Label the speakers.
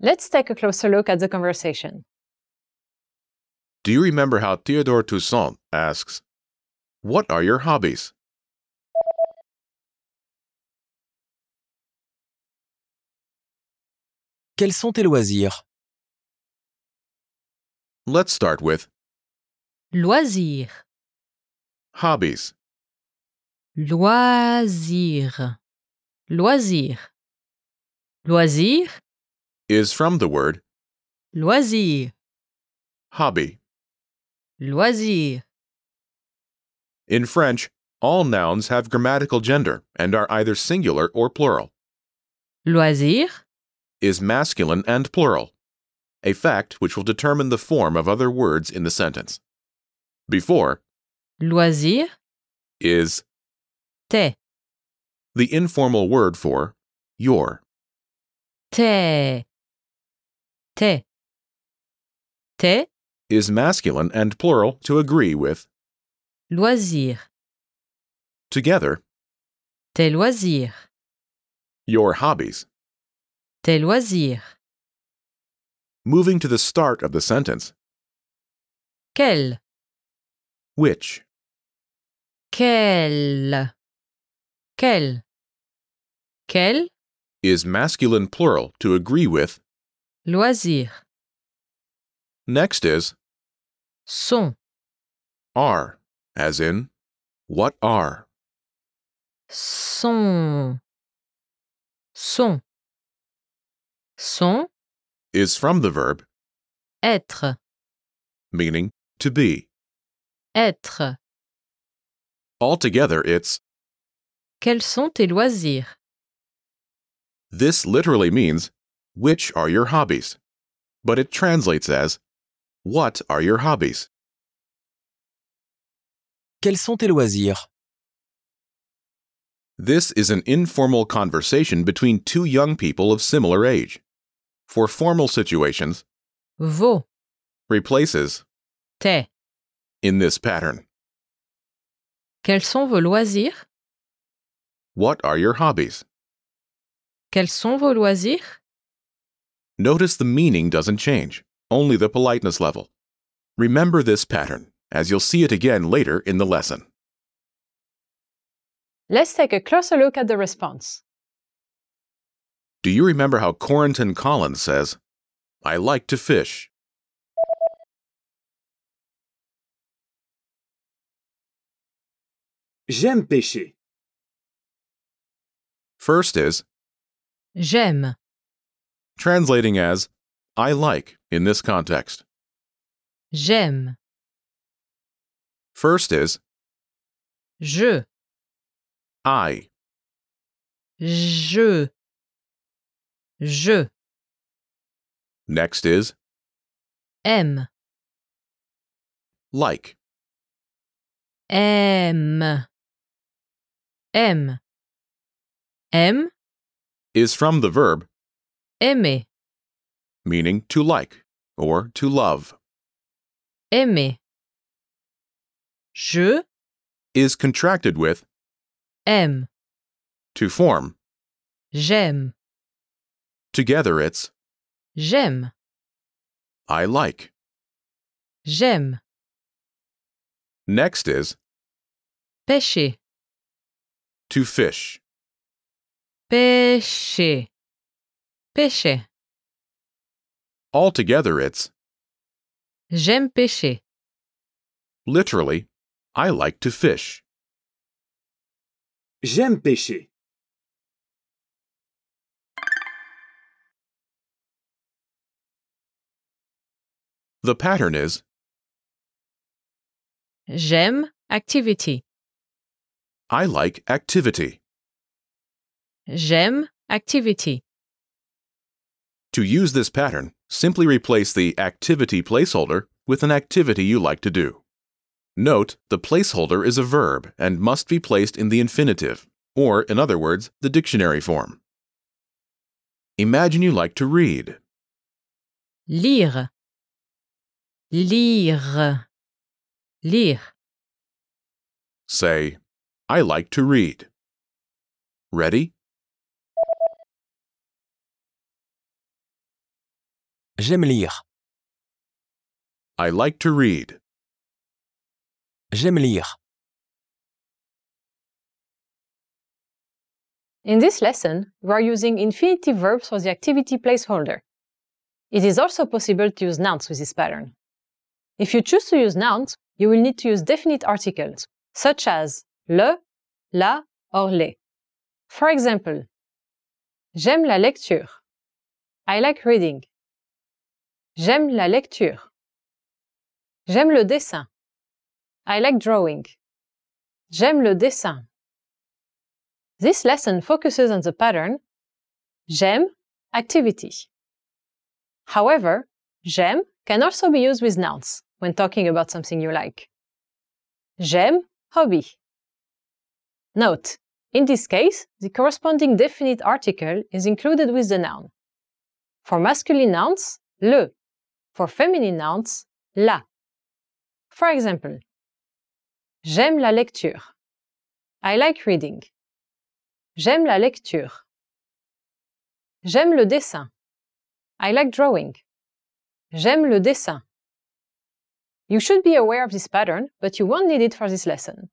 Speaker 1: Let's take a closer look at the conversation.
Speaker 2: Do you remember how Theodore Toussaint asks, What are your hobbies?
Speaker 3: Quels sont tes loisirs
Speaker 2: Let's start with
Speaker 4: Loisirs.
Speaker 2: hobbies.
Speaker 4: Loisirs. Loisirs. Loisirs.
Speaker 2: Is from the word
Speaker 4: Loisirs.
Speaker 2: hobby.
Speaker 4: Loisirs.
Speaker 2: In French, all nouns have grammatical gender and are either singular or plural.
Speaker 4: Loisirs.
Speaker 2: Is masculine and plural, a fact which will determine the form of other words in the sentence. Before
Speaker 4: Loisirs.
Speaker 2: is
Speaker 4: T'es.
Speaker 2: the informal word for your.
Speaker 4: T'es. T'es. T'es.
Speaker 2: Is masculine and plural to agree with
Speaker 4: Loisirs.
Speaker 2: together
Speaker 4: Tes loisirs.
Speaker 2: your hobbies.
Speaker 4: Tes loisirs.
Speaker 2: Moving to the start of the sentence,
Speaker 4: Quel.
Speaker 2: which
Speaker 4: Quel. Quel. Quel
Speaker 2: is masculine plural to agree with.
Speaker 4: loisirs.
Speaker 2: Next is
Speaker 4: Son.
Speaker 2: are, as in what are.
Speaker 4: Son. Son. Son.
Speaker 2: is from the verb
Speaker 4: Être.
Speaker 2: meaning to be.
Speaker 4: Être.
Speaker 2: Altogether, it's
Speaker 4: Quels sont tes loisirs
Speaker 2: this literally means which are your hobbies, but it translates as what are your hobbies?
Speaker 3: Quels sont tes loisirs
Speaker 2: This is an informal conversation between two young people of similar age. For formal situations,
Speaker 4: Vos.
Speaker 2: replaces
Speaker 4: Tes.
Speaker 2: in this pattern.
Speaker 4: Quels sont vos loisirs
Speaker 2: What are your hobbies?
Speaker 4: Quels sont vos loisirs
Speaker 2: Notice the meaning doesn't change, only the politeness level. Remember this pattern, as you'll see it again later in the lesson.
Speaker 1: Let's take a closer look at the response.
Speaker 2: Do you remember how Corrington Collins says, I like to fish?
Speaker 5: J'aime pêcher.
Speaker 2: First is
Speaker 4: J'aime.
Speaker 2: translating as I like in this context.
Speaker 4: J'aime.
Speaker 2: First is
Speaker 4: Je.
Speaker 2: I.
Speaker 4: Je. Je.
Speaker 2: Next is
Speaker 4: Aime.
Speaker 2: like.
Speaker 4: Aime. Aime. Aime.
Speaker 2: Is from the verb
Speaker 4: Aimer.
Speaker 2: meaning to like or to love.
Speaker 4: Aimer. Je.
Speaker 2: Is contracted with
Speaker 4: aime,
Speaker 2: to form.
Speaker 4: j'aime,
Speaker 2: Together it's
Speaker 4: j'aime,
Speaker 2: I like.
Speaker 4: j'aime,
Speaker 2: Next is
Speaker 4: pêcher,
Speaker 2: to fish.
Speaker 4: pêcher, pêcher,
Speaker 2: Altogether it's
Speaker 4: j'aime pêcher,
Speaker 2: literally I like to fish.
Speaker 5: J'aime pêcher.
Speaker 2: The pattern is
Speaker 4: j'aime activity,
Speaker 2: I like activity.
Speaker 4: j'aime activity,
Speaker 2: To use this pattern, simply replace the activity placeholder with an activity you like to do. Note, the placeholder is a verb and must be placed in the infinitive, or in other words, the dictionary form. Imagine you like to read.
Speaker 4: lire, lire, lire,
Speaker 2: Say, I like to read. Ready?
Speaker 3: J'aime lire.
Speaker 2: I like to read.
Speaker 3: J'aime lire.
Speaker 4: In this lesson, we are using infinitive verbs for the activity placeholder. It is also possible to use nouns with this pattern. If you choose to use nouns, you will need to use definite articles, such as le, la, or les. For example, J'aime la lecture. I like reading. J'aime la lecture. J'aime le dessin. I like drawing. J'aime le dessin. This lesson focuses on the pattern j'aime activity. However, j'aime can also be used with nouns when talking about something you like. J'aime hobby. Note, in this case, the corresponding definite article is included with the noun. For masculine nouns, le. For feminine nouns, la. For example, j'aime la lecture. I like reading. J'aime la lecture. J'aime le dessin. I like drawing. J'aime le dessin. You should be aware of this pattern, but you won't need it for this lesson.